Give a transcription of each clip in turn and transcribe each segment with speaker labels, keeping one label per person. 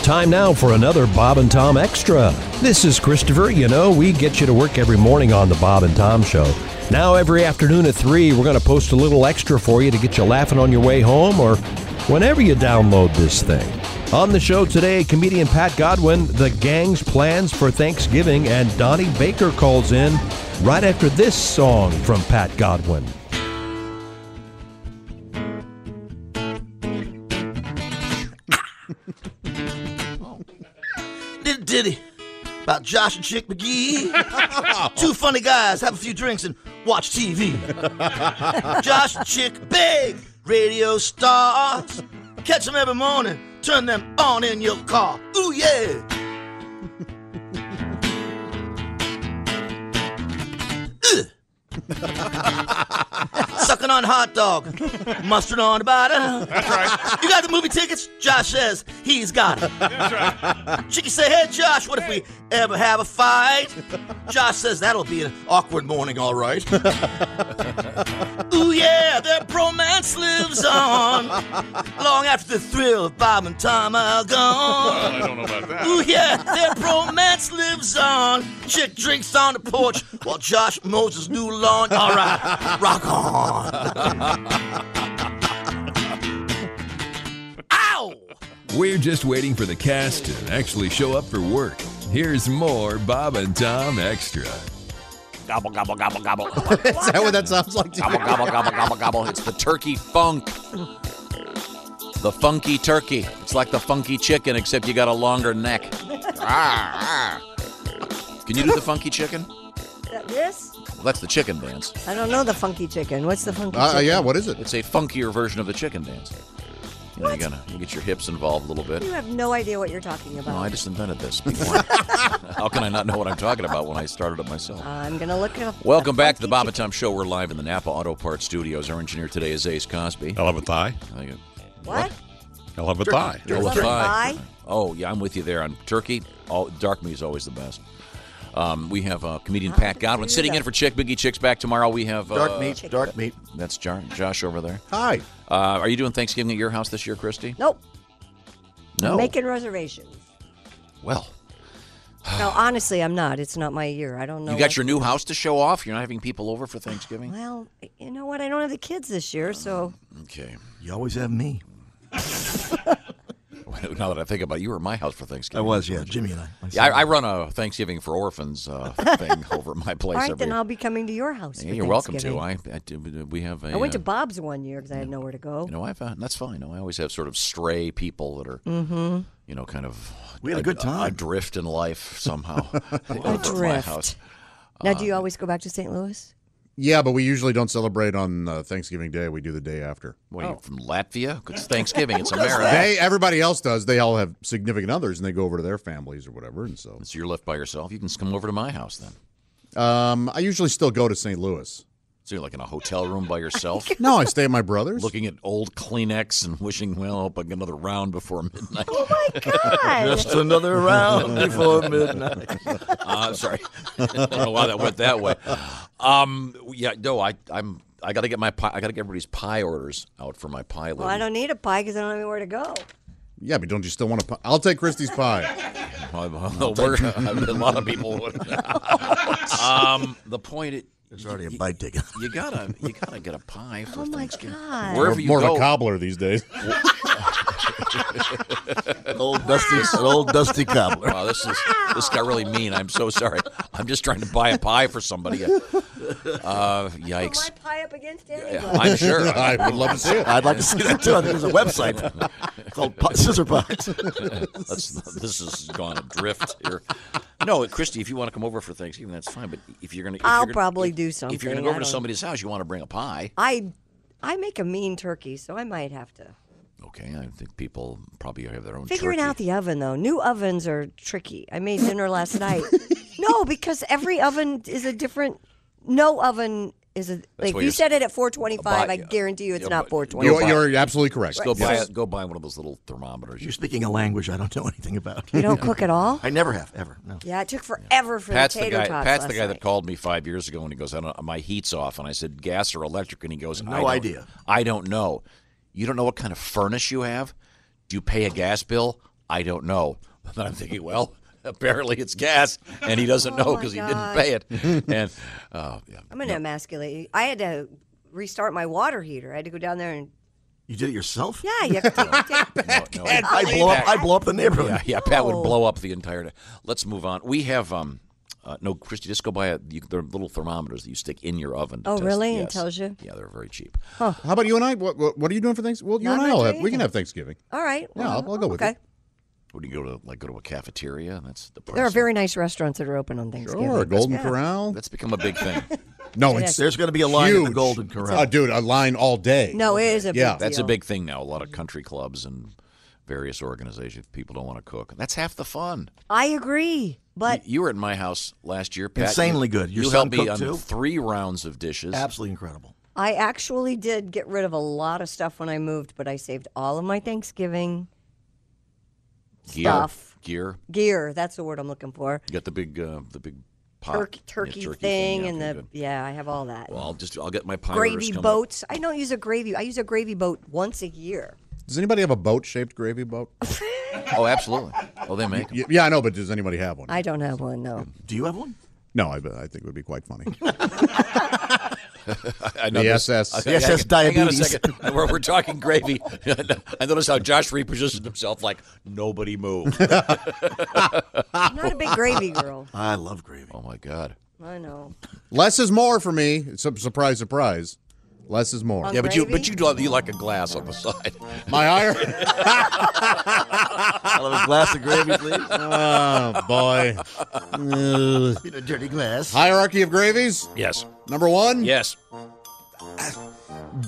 Speaker 1: Time now for another Bob and Tom Extra. This is Christopher. You know, we get you to work every morning on the Bob and Tom Show. Now, every afternoon at 3, we're going to post a little extra for you to get you laughing on your way home or whenever you download this thing. On the show today, comedian Pat Godwin, the gang's plans for Thanksgiving, and Donnie Baker calls in right after this song from Pat Godwin.
Speaker 2: Little ditty about Josh and Chick McGee. Two funny guys have a few drinks and watch TV. Josh and Chick, big radio stars. Catch them every morning, turn them on in your car. Ooh, yeah. Ugh. Sucking on hot dog, mustard on the bottom. You got the movie tickets? Josh says he's got it. Chicky say, hey, Josh, what if we ever have a fight? Josh says, that'll be an awkward morning, all right. Ooh, yeah, their bromance lives on. Long after the thrill of Bob and Tom are gone.
Speaker 3: I don't know about that.
Speaker 2: Ooh, yeah, their bromance lives on. Chick drinks on the porch while Josh mows his new lawn. All right, rock on. Ow!
Speaker 4: We're just waiting for the cast to actually show up for work. Here's more Bob and Tom Extra.
Speaker 5: Gobble, gobble, gobble, gobble.
Speaker 6: Is that what that sounds like to
Speaker 5: gobble,
Speaker 6: you?
Speaker 5: gobble, gobble, gobble, gobble. It's the turkey funk. The funky turkey. It's like the funky chicken, except you got a longer neck. Ah, ah. Can you do the funky chicken?
Speaker 7: This?
Speaker 5: Well, that's the chicken dance.
Speaker 7: I don't know the funky chicken. What's the funky
Speaker 6: Uh,
Speaker 7: chicken?
Speaker 6: yeah, what is it?
Speaker 5: It's a funkier version of the chicken dance. You know, you gotta you get your hips involved a little bit.
Speaker 7: You have no idea what you're talking about.
Speaker 5: No, I just invented this. Be warned. How can I not know what I'm talking about when I started it myself?
Speaker 7: I'm gonna look it up.
Speaker 5: Welcome back to the
Speaker 7: funky
Speaker 5: Bob and Tom Show. We're live in the Napa Auto Parts Studios. Our engineer today is Ace Cosby.
Speaker 3: I love a thigh.
Speaker 5: I think it-
Speaker 7: chicken. What?
Speaker 3: I love a thigh.
Speaker 5: Oh,
Speaker 7: Love
Speaker 5: a
Speaker 7: a
Speaker 5: thigh.
Speaker 7: thigh?
Speaker 5: Oh, yeah, I'm with you there on turkey. All, dark meat is always the best. Um, we have uh, comedian Pat Godwin
Speaker 7: do
Speaker 5: sitting in
Speaker 7: that.
Speaker 5: for Chick Biggie Chicks back tomorrow. We have uh,
Speaker 6: Dark meat, dark meat.
Speaker 5: That's Jar- Josh over there.
Speaker 6: Hi.
Speaker 5: Uh, are you doing Thanksgiving at your house this year, Christy?
Speaker 7: Nope.
Speaker 5: No.
Speaker 7: Making reservations.
Speaker 5: well,
Speaker 7: No, honestly, I'm not. It's not my year. I don't know.
Speaker 5: you got your new house to show off. You're not having people over for Thanksgiving.
Speaker 7: Well, you know what? I don't have the kids this year, so
Speaker 5: Okay.
Speaker 2: You always have me.
Speaker 5: now that I think about it, you were at my house for Thanksgiving.
Speaker 2: I was, yeah, Jimmy and I.
Speaker 5: Yeah, I, I run a Thanksgiving for orphans uh, thing over my place
Speaker 7: all right.
Speaker 5: every
Speaker 7: Then I'll be coming to your house.
Speaker 5: Yeah,
Speaker 7: for
Speaker 5: you're welcome to.
Speaker 7: Thanksgiving.
Speaker 5: I, I do- we have a.
Speaker 7: I went to
Speaker 5: uh,
Speaker 7: Bob's one year because I had nowhere to go.
Speaker 5: You know, I've uh, that's fine. I always have sort of stray people that are,
Speaker 7: Mm-hmm.
Speaker 5: you know, kind of.
Speaker 2: We had a good time.
Speaker 5: Adrift in life somehow. over at my
Speaker 7: Adrift.
Speaker 5: house. Uh,
Speaker 7: now, do you always go back to St. Louis?
Speaker 6: Yeah, but we usually don't celebrate on uh, Thanksgiving Day. We do the day after.
Speaker 5: What
Speaker 7: Oh.
Speaker 5: are you from Latvia? It's Thanksgiving. It's America.
Speaker 6: They, everybody else does. They all have significant others, and they go over to their families or whatever. And so,
Speaker 5: So you're left by yourself. You can just come over to my house then.
Speaker 6: um, I usually still go to St. Louis.
Speaker 5: So you're like in a hotel room by yourself,
Speaker 6: No, I stay at my brother's.
Speaker 5: looking at old Kleenex and wishing, well, I'll get another round before midnight.
Speaker 7: God.
Speaker 2: Just another round before midnight.
Speaker 5: Uh, sorry, I don't know why that went that way. Um, yeah, no, I, I'm. I got to get my pie. I got to get everybody's pie orders out for my pie lady.
Speaker 7: well, I don't need a pie because I don't have anywhere to go.
Speaker 6: yeah, but don't you still want to? I'll take Christie's pie.
Speaker 5: Well, well, we're- I mean, a lot of people would. um, the point it
Speaker 2: There's already a bite taken.
Speaker 5: you gotta you gotta get a pie for
Speaker 7: Oh my
Speaker 5: Thanksgiving.
Speaker 7: God.
Speaker 5: Wherever you
Speaker 6: More
Speaker 5: go,
Speaker 6: of a cobbler these days.
Speaker 2: An old dusty, an old dusty cobbler.
Speaker 5: Wow, this is this got really mean. I'm so sorry. I'm just trying to buy a pie for somebody. Uh,
Speaker 7: Put my
Speaker 5: yikes!
Speaker 7: pie up against anybody.
Speaker 5: I'm sure.
Speaker 6: I would love to see it.
Speaker 2: I'd like to see that too. I think there's a website called Pi- Scissor Pies.
Speaker 5: That's, this has gone adrift here. No, Christy, if you want to come over for Thanksgiving, that's fine. But if you're gonna, if
Speaker 7: I'll
Speaker 5: you're gonna-
Speaker 7: probably
Speaker 5: if-
Speaker 7: do
Speaker 5: If you're
Speaker 7: something.
Speaker 5: gonna go
Speaker 7: I
Speaker 5: over to
Speaker 7: don't-
Speaker 5: somebody's house, you want to bring a pie.
Speaker 7: I I make a mean turkey, so I might have to.
Speaker 5: Okay, I think people probably have their own.
Speaker 7: Figuring
Speaker 5: turkey.
Speaker 7: out the oven though. New ovens are tricky. I made dinner last night. no, because every oven is a different no oven is a like
Speaker 5: what
Speaker 7: if you
Speaker 5: you're-
Speaker 7: said it at 425,
Speaker 5: But-
Speaker 7: I guarantee you it's
Speaker 5: yeah,
Speaker 7: not
Speaker 5: but-
Speaker 7: 425.
Speaker 6: You, you're absolutely correct.
Speaker 5: Go buy
Speaker 6: Yes.
Speaker 5: go buy one of those little thermometers.
Speaker 2: You're speaking a language I don't know anything about.
Speaker 7: You don't cook at all?
Speaker 2: I never have ever. No.
Speaker 7: Yeah, it took forever for
Speaker 5: Pat's
Speaker 7: the
Speaker 5: the
Speaker 7: tater
Speaker 5: guy.
Speaker 7: tots.
Speaker 5: Pat's the
Speaker 7: last
Speaker 5: guy that
Speaker 7: night.
Speaker 5: called me five years ago, and he goes, "I don't. My heat's off." And I said, "Gas or electric?" And he goes, "No I don't-
Speaker 2: idea."
Speaker 5: I don't know. You don't know what kind of furnace you have. Do you pay a gas bill? I don't know. And I'm thinking, well, apparently it's gas, and he doesn't know
Speaker 7: Oh, my
Speaker 5: because he
Speaker 7: God.
Speaker 5: didn't pay it. and uh, yeah.
Speaker 7: I'm gonna emasculate you. I had to restart my water heater. I had to go down there and
Speaker 2: You did it yourself?
Speaker 7: yeah, you have to take, take
Speaker 5: no,
Speaker 2: I blow up. I blow up the neighborhood.
Speaker 5: yeah, yeah, Pat would
Speaker 7: No.
Speaker 5: blow up the entire. day. Let's move on. We have um, uh, no, Christy, just go buy a, you, there are little thermometers that you stick in your oven. To
Speaker 7: Oh,
Speaker 5: test-
Speaker 7: really? It
Speaker 5: yes.
Speaker 7: tells you?
Speaker 5: Yeah, they're very cheap.
Speaker 6: How about you and I? What What, what are you doing for Thanksgiving? Well, you
Speaker 7: Not
Speaker 6: and I all
Speaker 7: much
Speaker 6: have. We can
Speaker 7: either.
Speaker 6: have Thanksgiving.
Speaker 7: All right.
Speaker 6: Yeah, I'll- I'll go with
Speaker 7: okay.
Speaker 6: it.
Speaker 5: When you go to like go to a cafeteria, and that's the price.
Speaker 7: There are very nice restaurants that are open on Thanksgiving.
Speaker 6: Sure, Golden Corral.
Speaker 5: That's become a big thing.
Speaker 6: no, it's
Speaker 2: There's going to be a line in
Speaker 6: huge.
Speaker 2: the Golden Corral.
Speaker 6: Oh, dude, a line all day.
Speaker 7: No, it is a
Speaker 6: Yeah.
Speaker 7: big
Speaker 5: That's a
Speaker 7: deal.
Speaker 5: big thing now. A lot of country clubs and various organizations. People don't want to cook. That's half the fun.
Speaker 7: I agree, but
Speaker 5: you were at my house last year, Pat.
Speaker 2: Insanely
Speaker 5: You-
Speaker 2: good. Your
Speaker 5: you
Speaker 2: son
Speaker 5: helped me
Speaker 2: cooked
Speaker 5: on
Speaker 2: too?
Speaker 5: three rounds of dishes.
Speaker 2: Absolutely incredible.
Speaker 7: I actually did get rid of a lot of stuff when I moved, but I saved all of my Thanksgiving
Speaker 5: Gear,
Speaker 7: stuff.
Speaker 5: gear.
Speaker 7: gear. That's the word I'm looking for.
Speaker 5: You got the big, uh, the big pot,
Speaker 7: Turkey,
Speaker 5: yeah,
Speaker 7: turkey,
Speaker 5: turkey
Speaker 7: thing,
Speaker 5: yeah,
Speaker 7: and
Speaker 5: okay,
Speaker 7: the
Speaker 5: good.
Speaker 7: yeah, I have all that.
Speaker 5: Well, I'll just I'll get my pie orders
Speaker 7: gravy
Speaker 5: coming.
Speaker 7: boats. I don't use a gravy. I use a gravy boat once a year.
Speaker 6: Does anybody have a boat shaped gravy boat?
Speaker 5: Oh, absolutely. Oh, they make. 'em.
Speaker 6: Y- yeah, I know, but does anybody have one?
Speaker 7: I don't have one though.
Speaker 2: Do you have one?
Speaker 6: no, I, I think it would be quite funny.
Speaker 5: I know
Speaker 6: the
Speaker 5: this-
Speaker 6: SS.
Speaker 5: Hang
Speaker 2: SS
Speaker 5: on- hang on a
Speaker 2: diabetes.
Speaker 5: second. We're, we're talking gravy. I noticed how Josh repositioned himself like nobody moved.
Speaker 7: I'm not a big gravy girl.
Speaker 2: I love gravy.
Speaker 5: oh my God.
Speaker 7: I know.
Speaker 6: Less is more for me. It's a surprise, surprise. Less is more.
Speaker 5: Yeah, but you but
Speaker 7: Gravy?
Speaker 5: you do you like a glass on the side.
Speaker 6: My ire.
Speaker 2: I love a glass of gravy, please.
Speaker 6: oh boy. Ugh.
Speaker 2: In a dirty glass.
Speaker 6: Hierarchy of gravies.
Speaker 5: Yes.
Speaker 6: Number one.
Speaker 5: Yes.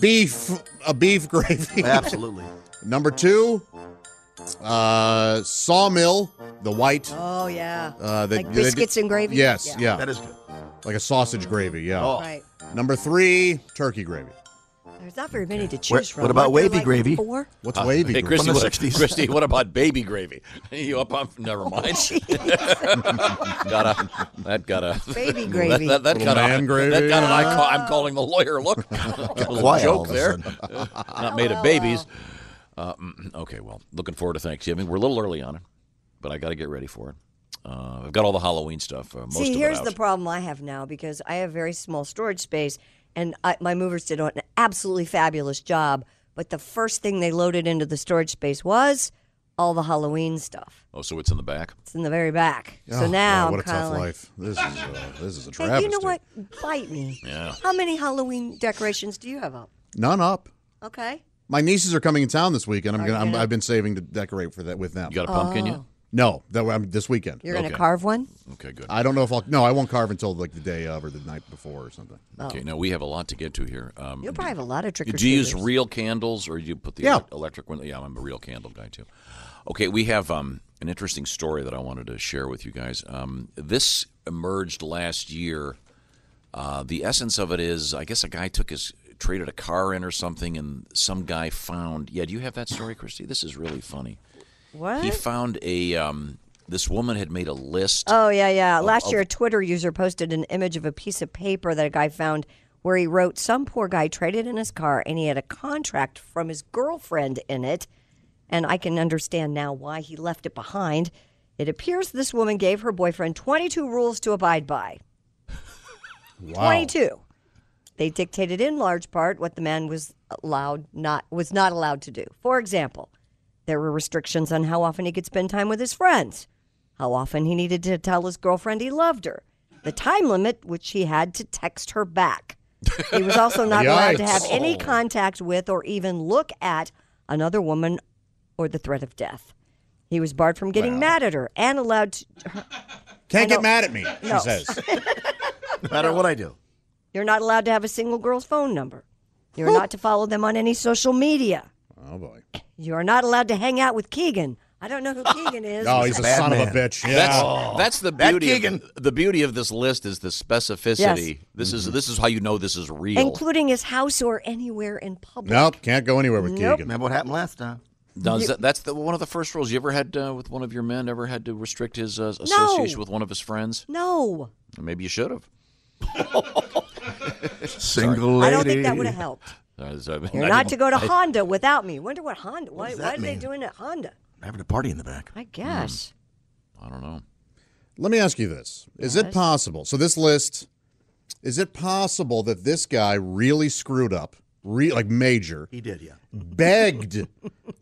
Speaker 6: Beef. A beef gravy.
Speaker 2: Absolutely.
Speaker 6: Number two. Uh, sawmill. The white.
Speaker 7: Oh yeah.
Speaker 6: Uh, they,
Speaker 7: like
Speaker 6: they-
Speaker 7: biscuits and gravy.
Speaker 6: Yes.
Speaker 7: Yeah.
Speaker 6: Yeah.
Speaker 2: That is good.
Speaker 6: Like a sausage gravy. Yeah.
Speaker 2: Oh.
Speaker 7: Right.
Speaker 6: Number three. Turkey gravy.
Speaker 7: There's not very many to choose from.
Speaker 2: what about
Speaker 7: Aren't there,
Speaker 2: wavy
Speaker 7: like,
Speaker 2: gravy?
Speaker 7: Four.
Speaker 6: What's wavy?
Speaker 5: Hey,
Speaker 6: gravy?
Speaker 5: Christy,
Speaker 2: From the
Speaker 5: what,
Speaker 2: 60s.
Speaker 5: Christy, what about baby gravy? You up on?
Speaker 7: Oh,
Speaker 5: Never mind. got a that got a
Speaker 7: Baby
Speaker 5: that-
Speaker 7: gravy.
Speaker 5: That, that,
Speaker 6: Little
Speaker 5: got a
Speaker 6: man gravy.
Speaker 5: That got an I call, I'm calling the lawyer. Look, Got a little
Speaker 2: Quiet all
Speaker 5: joke
Speaker 2: of a
Speaker 5: there.
Speaker 2: sudden.
Speaker 5: Not made of babies. Uh, mm, okay, well, looking forward to Thanksgiving. We're a little early on it, but I got to get ready for it. Uh, I've got all the Halloween stuff. Uh, most
Speaker 7: See,
Speaker 5: of it
Speaker 7: here's
Speaker 5: out.
Speaker 7: the problem I have now because I have very small storage space, and I, my movers did an absolutely fabulous job. But the first thing they loaded into the storage space was all the Halloween stuff.
Speaker 5: oh, so it's in the back.
Speaker 7: It's in the very back.
Speaker 6: Oh,
Speaker 7: so now
Speaker 6: wow,
Speaker 7: I'm
Speaker 6: what a
Speaker 7: kind of
Speaker 6: tough
Speaker 7: like,
Speaker 6: life. This is uh, this is a
Speaker 7: hey,
Speaker 6: travesty.
Speaker 7: you know what? Bite me.
Speaker 5: Yeah.
Speaker 7: How many Halloween decorations do you have up?
Speaker 6: None up.
Speaker 7: Okay.
Speaker 6: My nieces are coming in town this weekend. I'm gonna. I'm, I've been saving to decorate for that with them.
Speaker 5: You got a pumpkin yet?
Speaker 7: Uh,
Speaker 6: No, that I'm this weekend.
Speaker 7: You're going
Speaker 5: Okay. Mm-hmm.
Speaker 7: to carve one?
Speaker 5: Okay, good.
Speaker 6: I don't know if I'll. No, I won't carve until like the day of or the night before or something.
Speaker 5: Okay, now we have a lot to get to here. Um,
Speaker 7: You'll probably have a lot of trick or
Speaker 5: Do you use real candles or do you put the
Speaker 6: Yeah.
Speaker 5: elec- electric one? Yeah, I'm a real candle guy too. Okay, we have um, an interesting story that I wanted to share with you guys. Um, this emerged last year. Uh, the essence of it is, I guess a guy took his traded a car in or something, and some guy found. Yeah, do you have that story, Christy? This is really funny.
Speaker 7: What?
Speaker 5: He found a. Um, this woman had made a list.
Speaker 7: Oh yeah, yeah. Last year, a Twitter user posted an image of a piece of paper that a guy found where he wrote, "Some poor guy traded in his car, and he had a contract from his girlfriend in it." And I can understand now why he left it behind. It appears this woman gave her boyfriend 22 rules to abide by. 22. They dictated in large part what the man was allowed not was not allowed to do. For example, there were restrictions on how often he could spend time with his friends, how often he needed to tell his girlfriend he loved her, the time limit which he had to text her back. He was also not allowed to have
Speaker 6: Yikes.
Speaker 7: any contact with or even look at another woman or the threat of death. He was barred from getting mad at her and allowed to, I
Speaker 6: Can't get
Speaker 7: know.
Speaker 6: mad at me.
Speaker 7: No.
Speaker 6: She says.
Speaker 2: No matter what I do.
Speaker 7: You're not allowed to have a single girl's phone number. You're not to follow them on any social media.
Speaker 6: Oh boy.
Speaker 7: You are not allowed to hang out with Keegan. I don't know who Keegan is.
Speaker 6: Oh, he's a
Speaker 2: bad
Speaker 6: son of
Speaker 2: man.
Speaker 6: a bitch. Yeah.
Speaker 5: That's, that's the
Speaker 2: that
Speaker 5: beauty. Of,
Speaker 2: Keegan.
Speaker 5: the beauty of this list is the specificity.
Speaker 7: Yes.
Speaker 5: This is this is how you know this is real.
Speaker 7: including his house or anywhere in public.
Speaker 6: nope. Can't go anywhere with
Speaker 7: Nope.
Speaker 6: Keegan.
Speaker 2: Remember what happened last time?
Speaker 5: Now, is that, that's the, one of the first rules you ever had uh, with one of your men. Ever had to restrict his uh, association with one of his friends?
Speaker 7: No,
Speaker 5: Maybe you should have.
Speaker 2: Single
Speaker 7: I don't think that would have helped.
Speaker 5: Uh, so-
Speaker 7: You're not to go to Honda without me. Wonder what Honda. Why,
Speaker 2: does
Speaker 7: why
Speaker 2: that
Speaker 7: are they
Speaker 2: mean?
Speaker 7: doing it at Honda?
Speaker 2: Having a party in the back.
Speaker 7: I guess.
Speaker 5: I don't know.
Speaker 6: Let me ask you this: Is it possible? So this list, is it possible that this guy really screwed up, re- like major,
Speaker 2: He did, yeah.
Speaker 6: begged,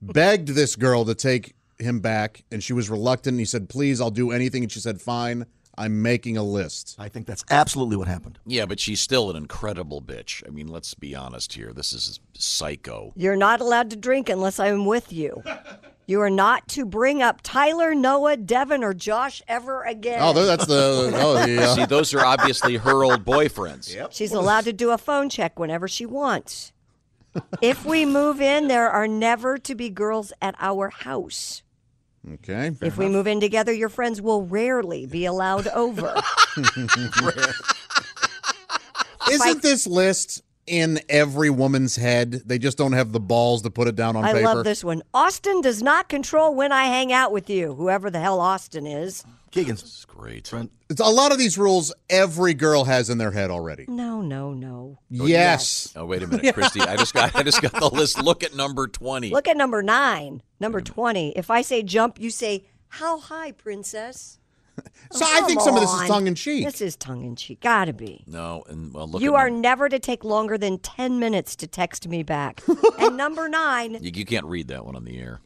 Speaker 6: begged this girl to take him back, and she was reluctant. And he said, "Please, I'll do anything," and she said, "Fine, I'm making a list."
Speaker 2: I think that's absolutely what happened.
Speaker 5: Yeah, but she's still an incredible bitch. I mean, let's be honest here. This is psycho.
Speaker 7: You're not allowed to drink unless I'm with you. You are not to bring up Tyler, Noah, Devin, or Josh ever again.
Speaker 6: Oh, there- that's the oh the uh,
Speaker 5: See, those are obviously her old boyfriends.
Speaker 7: She's allowed to do a phone check whenever she wants. if we move in, there are never to be girls at our house.
Speaker 6: okay.
Speaker 7: If we move in together, your friends will rarely be allowed over.
Speaker 6: Isn't this list in every woman's head? They just don't have the balls to put it down on
Speaker 7: I
Speaker 6: paper.
Speaker 7: love this one. Austin does not control when I hang out with you, whoever the hell Austin is.
Speaker 2: Keegan's.
Speaker 5: Great.
Speaker 6: It's a lot of these rules every girl has in their head already.
Speaker 7: No, no, no.
Speaker 6: yes.
Speaker 5: Oh, wait a minute, Christy. I just got I just got the list. Look at number twenty.
Speaker 7: Look at number nine, number 20. If I say jump, you say, How high, princess?
Speaker 6: So I think some of this is
Speaker 7: Come on.
Speaker 6: tongue in cheek.
Speaker 7: This is tongue in cheek. Gotta be.
Speaker 5: No, and well, look.
Speaker 7: you
Speaker 5: at
Speaker 7: are
Speaker 5: num-
Speaker 7: never to take longer than 10 minutes to text me back. and number nine,
Speaker 5: you, you can't read that one on the air.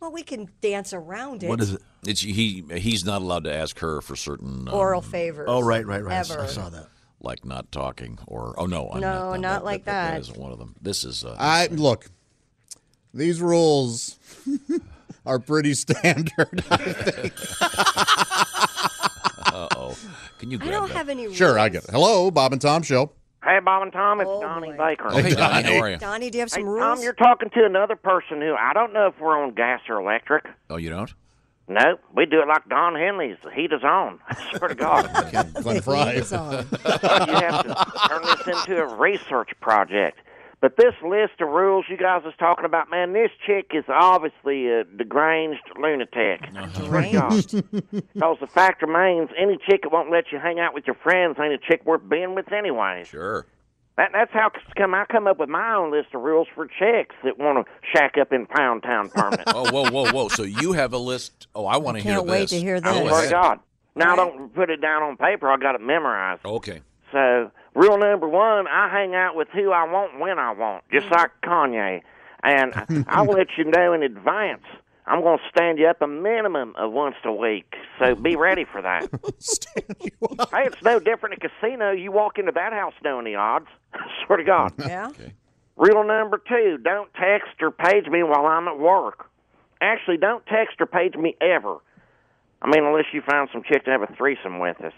Speaker 7: well, we can dance around it.
Speaker 2: What is it?
Speaker 5: It's he. He's not allowed to ask her for certain, uh,
Speaker 7: Oral favors.
Speaker 2: Oh, right, right, right. I s- I
Speaker 7: Ever.
Speaker 2: saw that.
Speaker 5: like not talking or oh no, I'm
Speaker 7: No,
Speaker 5: not,
Speaker 7: not like
Speaker 5: that.
Speaker 7: that.
Speaker 5: That isn't one of them. This is. Uh,
Speaker 6: I look. These rules are pretty standard.
Speaker 5: oh, can you
Speaker 7: I
Speaker 5: grab
Speaker 7: don't
Speaker 5: that?
Speaker 7: have any.
Speaker 6: sure, I
Speaker 7: rules.
Speaker 6: get it. Hello, Bob and Tom show.
Speaker 8: Hey, Bob and Tom, it's
Speaker 7: Oh,
Speaker 8: Donnie
Speaker 7: boy.
Speaker 8: Baker.
Speaker 5: oh, hey, Donnie, how are you?
Speaker 7: Donnie, do you have some
Speaker 8: Hey,
Speaker 7: rules?
Speaker 8: Tom, you're talking to another person who I don't know if we're on gas or electric.
Speaker 5: Oh, you don't?
Speaker 8: Nope, we do it like Don Henley's. The heat is on. I swear to God.
Speaker 6: Glenn
Speaker 7: He
Speaker 6: Fry.
Speaker 7: is on.
Speaker 8: you have to turn this into a research project. But this list of rules you guys is talking about, man, this chick is obviously a deranged lunatic. Because the fact remains, any chick that won't let you hang out with your friends ain't a chick worth being with anyways.
Speaker 5: Sure.
Speaker 8: That, that's how c- come I come up with my own list of rules for chicks that want to shack up in Pound Town permanent. I
Speaker 5: Oh, whoa, whoa, whoa. So you have a list. Oh, I want to hear
Speaker 7: can't
Speaker 5: this.
Speaker 7: wait to hear
Speaker 5: Go
Speaker 7: this.
Speaker 8: swear
Speaker 5: ahead.
Speaker 8: to God. Now I don't put it down on paper. I got it memorized.
Speaker 5: Okay.
Speaker 8: So rule number one, I hang out with who I want when I want, just like Kanye. And I- I'll let you know in advance. I'm going to stand you up a minimum of once a week, so be ready for that. hey, it's no different at casino. You walk into that house knowing the odds. swear to God.
Speaker 7: Yeah?
Speaker 8: Rule number two, don't text or page me while I'm at work. Actually, don't text or page me ever. I mean, unless you find some chick to have a threesome with us.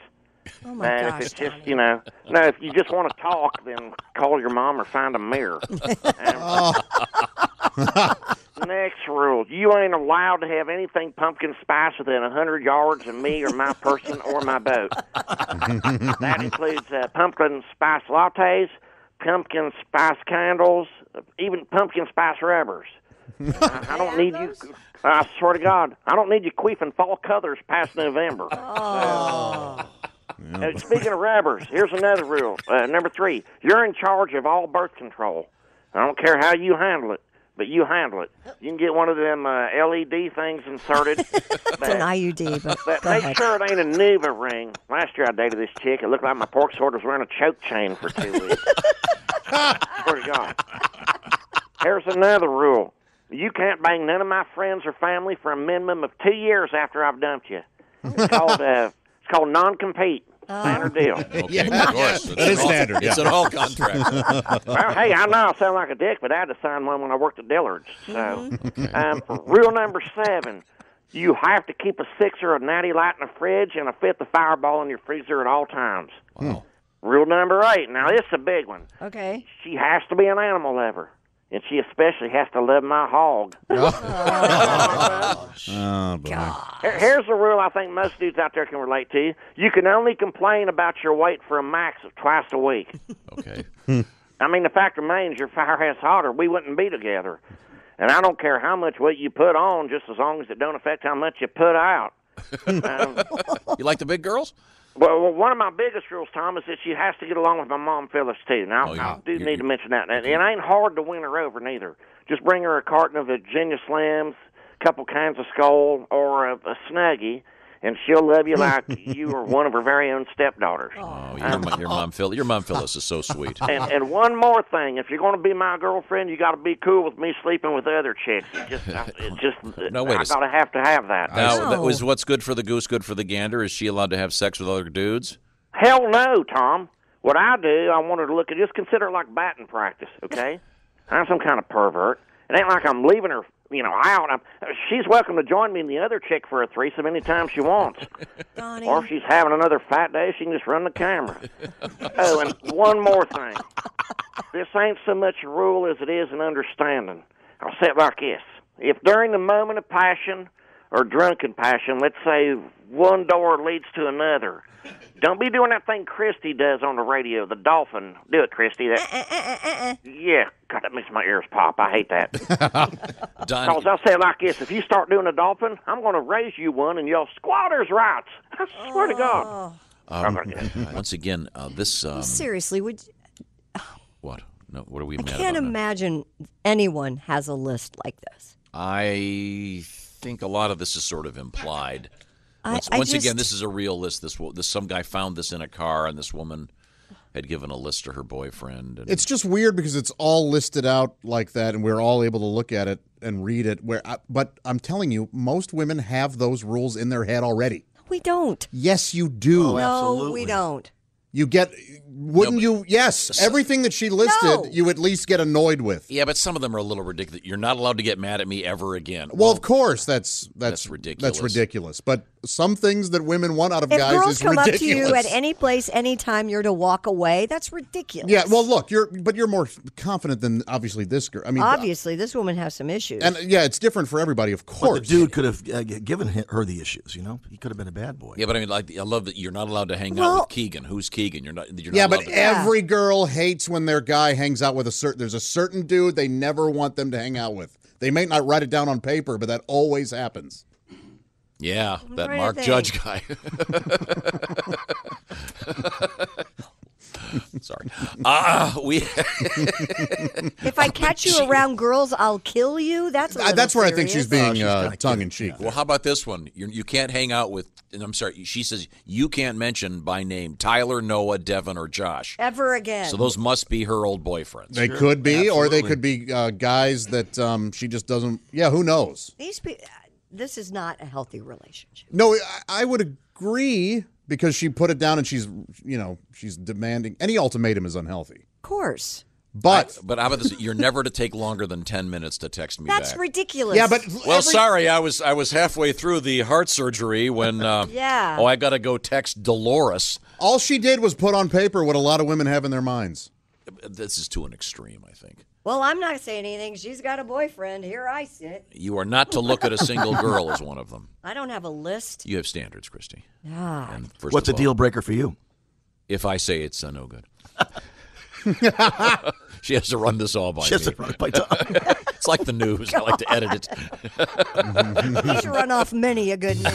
Speaker 7: Oh, my
Speaker 8: And
Speaker 7: gosh.
Speaker 8: if it's just, you know, no, if you just want to talk, then call your mom or find a mirror.
Speaker 7: Oh.
Speaker 8: And- Next rule you ain't allowed to have anything pumpkin spice within a 100 yards of me or my person or my boat. That includes uh, pumpkin spice lattes, pumpkin spice candles, even pumpkin spice rubbers. I, I don't need you. I swear to God, I don't need you queefing fall colors past November. Uh, speaking of rubbers, here's another rule. Uh, number three, you're in charge of all birth control. I don't care how you handle it, but you handle it. You can get one of them uh, LED things inserted.
Speaker 7: It's an IUD, but
Speaker 8: But
Speaker 7: go
Speaker 8: make
Speaker 7: ahead.
Speaker 8: sure it ain't a Nuva ring. Last year I dated this chick. It looked like my pork sword was wearing a choke chain for two weeks. Swear to God. Here's another rule. You can't bang none of my friends or family for a minimum of two years after I've dumped you. It's called, uh, it's called non-compete. Standard deal.
Speaker 5: Okay. Of course. It's
Speaker 6: is
Speaker 5: an all-
Speaker 6: standard,
Speaker 5: It's
Speaker 6: yeah.
Speaker 5: an all contract.
Speaker 8: well, hey, I know I sound like a dick, but I had to sign one when I worked at Dillard's. So,
Speaker 6: Mm-hmm.
Speaker 8: um, rule number seven: you have to keep a sixer of natty light in the fridge and a fifth of Fireball in your freezer at all times.
Speaker 5: Wow.
Speaker 6: Hmm.
Speaker 8: Rule number eight. Now this is a big one.
Speaker 7: Okay.
Speaker 8: She has to be an animal lover, and she especially has to love my hog.
Speaker 6: Oh, boy.
Speaker 8: Here- Here's a rule I think most dudes out there can relate to: you can only complain about your weight for a max of twice a week.
Speaker 5: Okay.
Speaker 8: I mean, the fact remains, your firehouse hotter. We wouldn't be together. And I don't care how much weight you put on, just as long as it don't affect how much you put out. um,
Speaker 5: You like the big girls?
Speaker 8: well, well, one of my biggest rules, Tom, is that she has to get along with my mom, Phyllis, too. Now,
Speaker 5: Oh,
Speaker 8: I
Speaker 5: yeah.
Speaker 8: do
Speaker 5: You-
Speaker 8: need to mention that. And it ain't hard to win her over, neither. Just bring her a carton of Virginia Slims, couple cans of skull or a, a snuggie, and she'll love you like you were one of her very own stepdaughters.
Speaker 5: Oh, your, mo- your mom Phil, your mom Phyllis is so sweet.
Speaker 8: And and one more thing, if you're going to be my girlfriend, you got to be cool with me sleeping with other chicks. It just, I- it just,
Speaker 5: No, wait a
Speaker 8: I
Speaker 5: sec-
Speaker 8: got to have to have that.
Speaker 5: Now, that
Speaker 7: No.
Speaker 5: was what's good for the goose, good for the gander. Is she allowed to have sex with other dudes?
Speaker 8: Hell no, Tom. What I do, I want her to look at just consider it like batting practice, okay? I'm some kind of pervert. It ain't like I'm leaving her, you know, out. I'm, she's welcome to join me and the other chick for a threesome anytime she wants.
Speaker 7: Donnie.
Speaker 8: Or if she's having another fat day, she can just run the camera. oh, and one more thing. This ain't so much a rule as it is an understanding. I'll say it like this. If during the moment of passion or drunken passion, let's say one door leads to another, don't be doing that thing Christy does on the radio, the dolphin. Do it, Christy. That, yeah, God, that makes my ears pop. I hate that.
Speaker 5: Don,
Speaker 8: Because I'll say it like this if you start doing a dolphin, I'm going to raise you one and yell squatters' rights. I swear to God. I'm not gonna-
Speaker 5: once again, uh, this um,
Speaker 7: Seriously, would you-
Speaker 5: what? No, what are we? mad
Speaker 7: can't
Speaker 5: about now?
Speaker 7: imagine anyone has a list like this.
Speaker 5: I think a lot of this is sort of implied.
Speaker 7: I-
Speaker 5: Once,
Speaker 7: I
Speaker 5: once again,
Speaker 7: just-
Speaker 5: this is a real list. This, wo- this some guy found this in a car, and this woman had given a list to her boyfriend. And
Speaker 6: It's just weird because it's all listed out like that, and we're all able to look at it and read it. Where, I, but I'm telling you, most women have those rules in their head already.
Speaker 7: We don't.
Speaker 6: Yes, you do.
Speaker 2: Oh,
Speaker 7: No, we
Speaker 2: absolutely.
Speaker 7: don't.
Speaker 6: You get, wouldn't you? Yes, everything that she listed,
Speaker 7: No.
Speaker 6: you at least get annoyed with.
Speaker 5: yeah, but some of them are a little ridiculous. You're not allowed to get mad at me ever again.
Speaker 6: Well, of course, that's that's
Speaker 5: That's ridiculous.
Speaker 6: That's ridiculous. But some things that women want out of
Speaker 7: If
Speaker 6: guys
Speaker 7: girls
Speaker 6: is
Speaker 7: come
Speaker 6: ridiculous.
Speaker 7: up to you at any place, anytime, you're to walk away. That's ridiculous.
Speaker 6: yeah, well, look, you're but you're more confident than obviously this girl. I mean,
Speaker 7: obviously, this woman has some issues.
Speaker 6: and uh, yeah, it's different for everybody, of
Speaker 2: But the
Speaker 6: course.
Speaker 2: dude could have uh, g- given hi- her the issues, you know? He could have been a bad boy.
Speaker 5: yeah, but I mean, like, I love that you're not allowed to hang out
Speaker 7: Well-
Speaker 5: with Keegan. Who's Keegan? You're not. You're not
Speaker 6: yeah, but
Speaker 5: allowed to-
Speaker 6: every girl hates when their guy hangs out with a certain. There's a certain dude they never want them to hang out with. They may not write it down on paper, but that always happens.
Speaker 5: yeah, that
Speaker 7: trying to
Speaker 5: Mark
Speaker 7: think.
Speaker 5: Judge guy. Sorry. Ah, we.
Speaker 7: if I catch you around girls, I'll kill you. That's a
Speaker 6: Uh, that's
Speaker 7: little
Speaker 6: where I think she's
Speaker 7: serious.
Speaker 6: being uh, tongue in cheek.
Speaker 5: Well, how about this one? You're, you can't hang out with, and I'm sorry, she says you can't mention by name Tyler, Noah, Devin, or
Speaker 6: uh,
Speaker 5: Josh.
Speaker 7: ever again.
Speaker 5: So those must be her old boyfriends.
Speaker 6: They could be, or they could be uh, guys that um, she just doesn't. Yeah, who knows?
Speaker 7: These pe- uh, this is not a healthy relationship.
Speaker 6: No, I, I would agree because she put it down and she's, you know, she's demanding. Any ultimatum is unhealthy.
Speaker 7: Of course.
Speaker 6: But
Speaker 5: But how about this? You're never to take longer than ten minutes to text me
Speaker 7: That's
Speaker 5: back.
Speaker 7: ridiculous.
Speaker 6: yeah, but
Speaker 5: well,
Speaker 6: every-
Speaker 5: sorry, I was I was halfway through the heart surgery when. Uh,
Speaker 7: Yeah.
Speaker 5: Oh, I gotta go text Dolores.
Speaker 6: all she did was put on paper what a lot of women have in their minds.
Speaker 5: This is to an extreme, I think.
Speaker 7: Well, I'm not saying anything. She's got a boyfriend. Here I sit.
Speaker 5: You are not to look at a single girl as one of them.
Speaker 7: I don't have a list.
Speaker 5: You have standards, Christy.
Speaker 7: Ah,
Speaker 5: And first
Speaker 2: What's a
Speaker 5: of all,
Speaker 2: deal breaker for you?
Speaker 5: If I say it's uh, no good, she has to run this all by
Speaker 2: She has
Speaker 5: me.
Speaker 2: to run it by Tom.
Speaker 5: It's like the news. I like to edit it.
Speaker 7: he's run off many a good man.